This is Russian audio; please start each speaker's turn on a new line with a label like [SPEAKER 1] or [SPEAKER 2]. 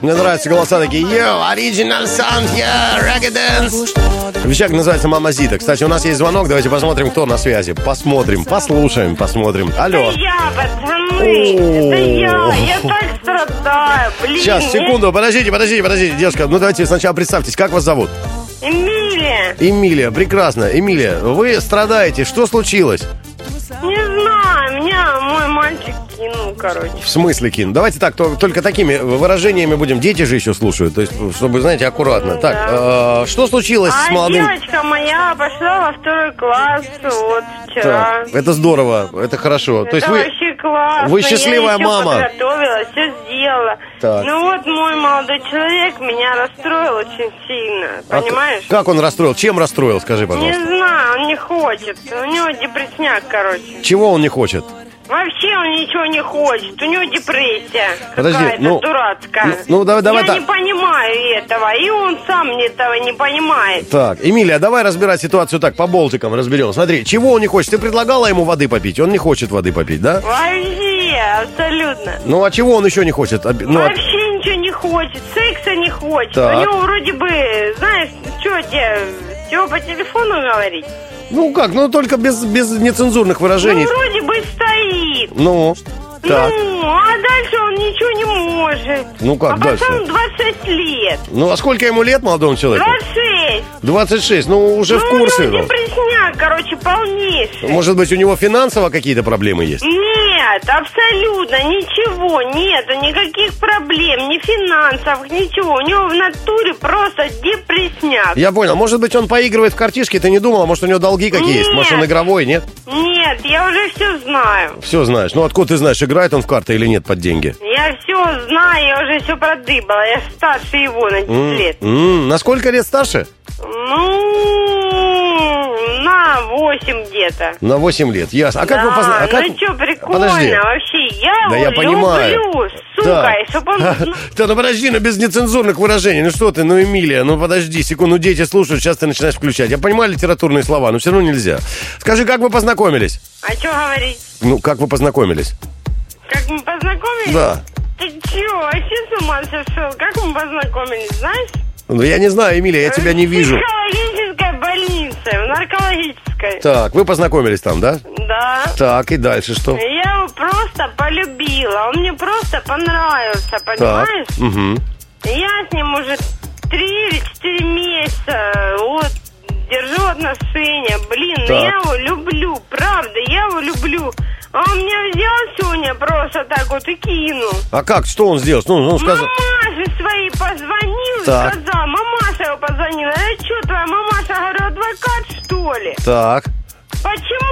[SPEAKER 1] Мне нравятся голоса такие «Yo, original sound, yeah, reggae dance». Вещак называется «Мама Зита». Кстати, у нас есть звонок, давайте посмотрим, кто на связи. Посмотрим, послушаем, посмотрим. Алло.
[SPEAKER 2] Это я, пацаны. Это я. Я так страдаю. Блин.
[SPEAKER 1] Сейчас, секунду, подождите, подождите, подождите, девушка. Ну, давайте сначала представьтесь, как вас зовут?
[SPEAKER 2] Эмилия.
[SPEAKER 1] Эмилия, прекрасно. Эмилия, вы страдаете, что случилось?
[SPEAKER 2] Не знаю, меня мой мальчик кинул, короче.
[SPEAKER 1] В смысле, Кин? Давайте так, то- только такими выражениями будем. Дети же еще слушают, то есть, чтобы, знаете, аккуратно. Так, э, что случилось с
[SPEAKER 2] А
[SPEAKER 1] молодым?
[SPEAKER 2] девочка моя пошла во второй класс вот вчера.
[SPEAKER 1] Так, это здорово, это хорошо. то есть
[SPEAKER 2] Это
[SPEAKER 1] вы...
[SPEAKER 2] вообще классно.
[SPEAKER 1] вы счастливая
[SPEAKER 2] я ещё
[SPEAKER 1] мама.
[SPEAKER 2] подготовила, все сделала.
[SPEAKER 1] Так.
[SPEAKER 2] Ну вот мой молодой человек меня расстроил очень сильно,
[SPEAKER 1] А к-
[SPEAKER 2] понимаешь?
[SPEAKER 1] Как он расстроил? Чем расстроил, скажи,
[SPEAKER 2] Не
[SPEAKER 1] пожалуйста.
[SPEAKER 2] знаю, он не хочет. У него депрессняк, короче.
[SPEAKER 1] Чего он не хочет?
[SPEAKER 2] Вообще он ничего не хочет. У него депрессия.
[SPEAKER 1] Подожди,
[SPEAKER 2] какая-то
[SPEAKER 1] ну,
[SPEAKER 2] дурацкая.
[SPEAKER 1] ну, ну, давай- давай
[SPEAKER 2] Я
[SPEAKER 1] так.
[SPEAKER 2] не понимаю этого. И он сам этого не понимает.
[SPEAKER 1] Так, Эмилия, давай разбирать ситуацию так, по болтикам разберем. Смотри, чего он не хочет? Ты предлагала ему воды попить, он не хочет воды попить, да?
[SPEAKER 2] Вообще, абсолютно.
[SPEAKER 1] Ну, а чего он еще не хочет? Об- ну, а-
[SPEAKER 2] Вообще ничего не хочет, секса не хочет.
[SPEAKER 1] Так.
[SPEAKER 2] У него вроде бы, знаешь, что тебе, всего по телефону говорить?
[SPEAKER 1] ну как, ну только без, без нецензурных выражений.
[SPEAKER 2] Ну, вроде бы стоит.
[SPEAKER 1] Ну, так.
[SPEAKER 2] Ну, а дальше он ничего не может.
[SPEAKER 1] Ну, как
[SPEAKER 2] а
[SPEAKER 1] дальше?
[SPEAKER 2] потом 20 лет.
[SPEAKER 1] Ну, а сколько ему лет, молодому человеку?
[SPEAKER 2] 26.
[SPEAKER 1] 26, ну уже в
[SPEAKER 2] ну,
[SPEAKER 1] курсе.
[SPEAKER 2] у него
[SPEAKER 1] ну.
[SPEAKER 2] депрессняк, короче, полнейший.
[SPEAKER 1] Может быть, у него финансово какие-то проблемы есть?
[SPEAKER 2] Нет, абсолютно ничего, нету никаких проблем, ни финансов, ничего. У него в натуре просто депрессняк.
[SPEAKER 1] Я понял, может быть, он поигрывает в картишки, ты не думала, может, у него долги какие есть? Может, он
[SPEAKER 2] Нет.
[SPEAKER 1] игровой, нет?
[SPEAKER 2] Нет, я уже все знаю.
[SPEAKER 1] Все знаешь. Ну, откуда ты знаешь, играет он в карты или нет под деньги?
[SPEAKER 2] Я все знаю, я уже все продыбала. Я старше его на 10 лет.
[SPEAKER 1] М, на сколько лет старше?
[SPEAKER 2] Ну, на 8 где-то.
[SPEAKER 1] На 8 лет, ясно. А как
[SPEAKER 2] да,
[SPEAKER 1] вы позна- а как-
[SPEAKER 2] ну что, прикольно
[SPEAKER 1] Подожди.
[SPEAKER 2] вообще. Я
[SPEAKER 1] Да
[SPEAKER 2] его
[SPEAKER 1] я понимаю.
[SPEAKER 2] люблю, сука,
[SPEAKER 1] Да.
[SPEAKER 2] и чтоб он... знал.
[SPEAKER 1] Да, ну подожди, ну без нецензурных выражений. Ну что ты, ну Эмилия, ну подожди, секунду, дети слушают, сейчас ты начинаешь включать. Я понимаю литературные слова, но все равно нельзя. Скажи, как вы познакомились?
[SPEAKER 2] А что говорить?
[SPEAKER 1] Ну, как вы познакомились?
[SPEAKER 2] Как мы познакомились?
[SPEAKER 1] Да.
[SPEAKER 2] Ты че, вообще с ума сошел? Как мы познакомились, знаешь?
[SPEAKER 1] Ну, я не знаю, Эмилия, я тебя не вижу.
[SPEAKER 2] В психологической больнице, в наркологической.
[SPEAKER 1] Так, вы познакомились там, да?
[SPEAKER 2] Да.
[SPEAKER 1] Так, и дальше что?
[SPEAKER 2] Я его просто полюбила. Он мне просто понравился, понимаешь?
[SPEAKER 1] Мгм.
[SPEAKER 2] Я с ним уже три или четыре месяца вот держу отношения. Блин, ну
[SPEAKER 1] Так.
[SPEAKER 2] я его люблю, правда, я его люблю. А он меня взял сегодня просто так вот и кинул.
[SPEAKER 1] А как, что он сделал? Ну, он сказал...
[SPEAKER 2] Мамаше своей позвонил,
[SPEAKER 1] Так.
[SPEAKER 2] сказал, мамаша его позвонила. Я что, твоя мамаша, говорю, адвокат, что ли?
[SPEAKER 1] Так.
[SPEAKER 2] Почему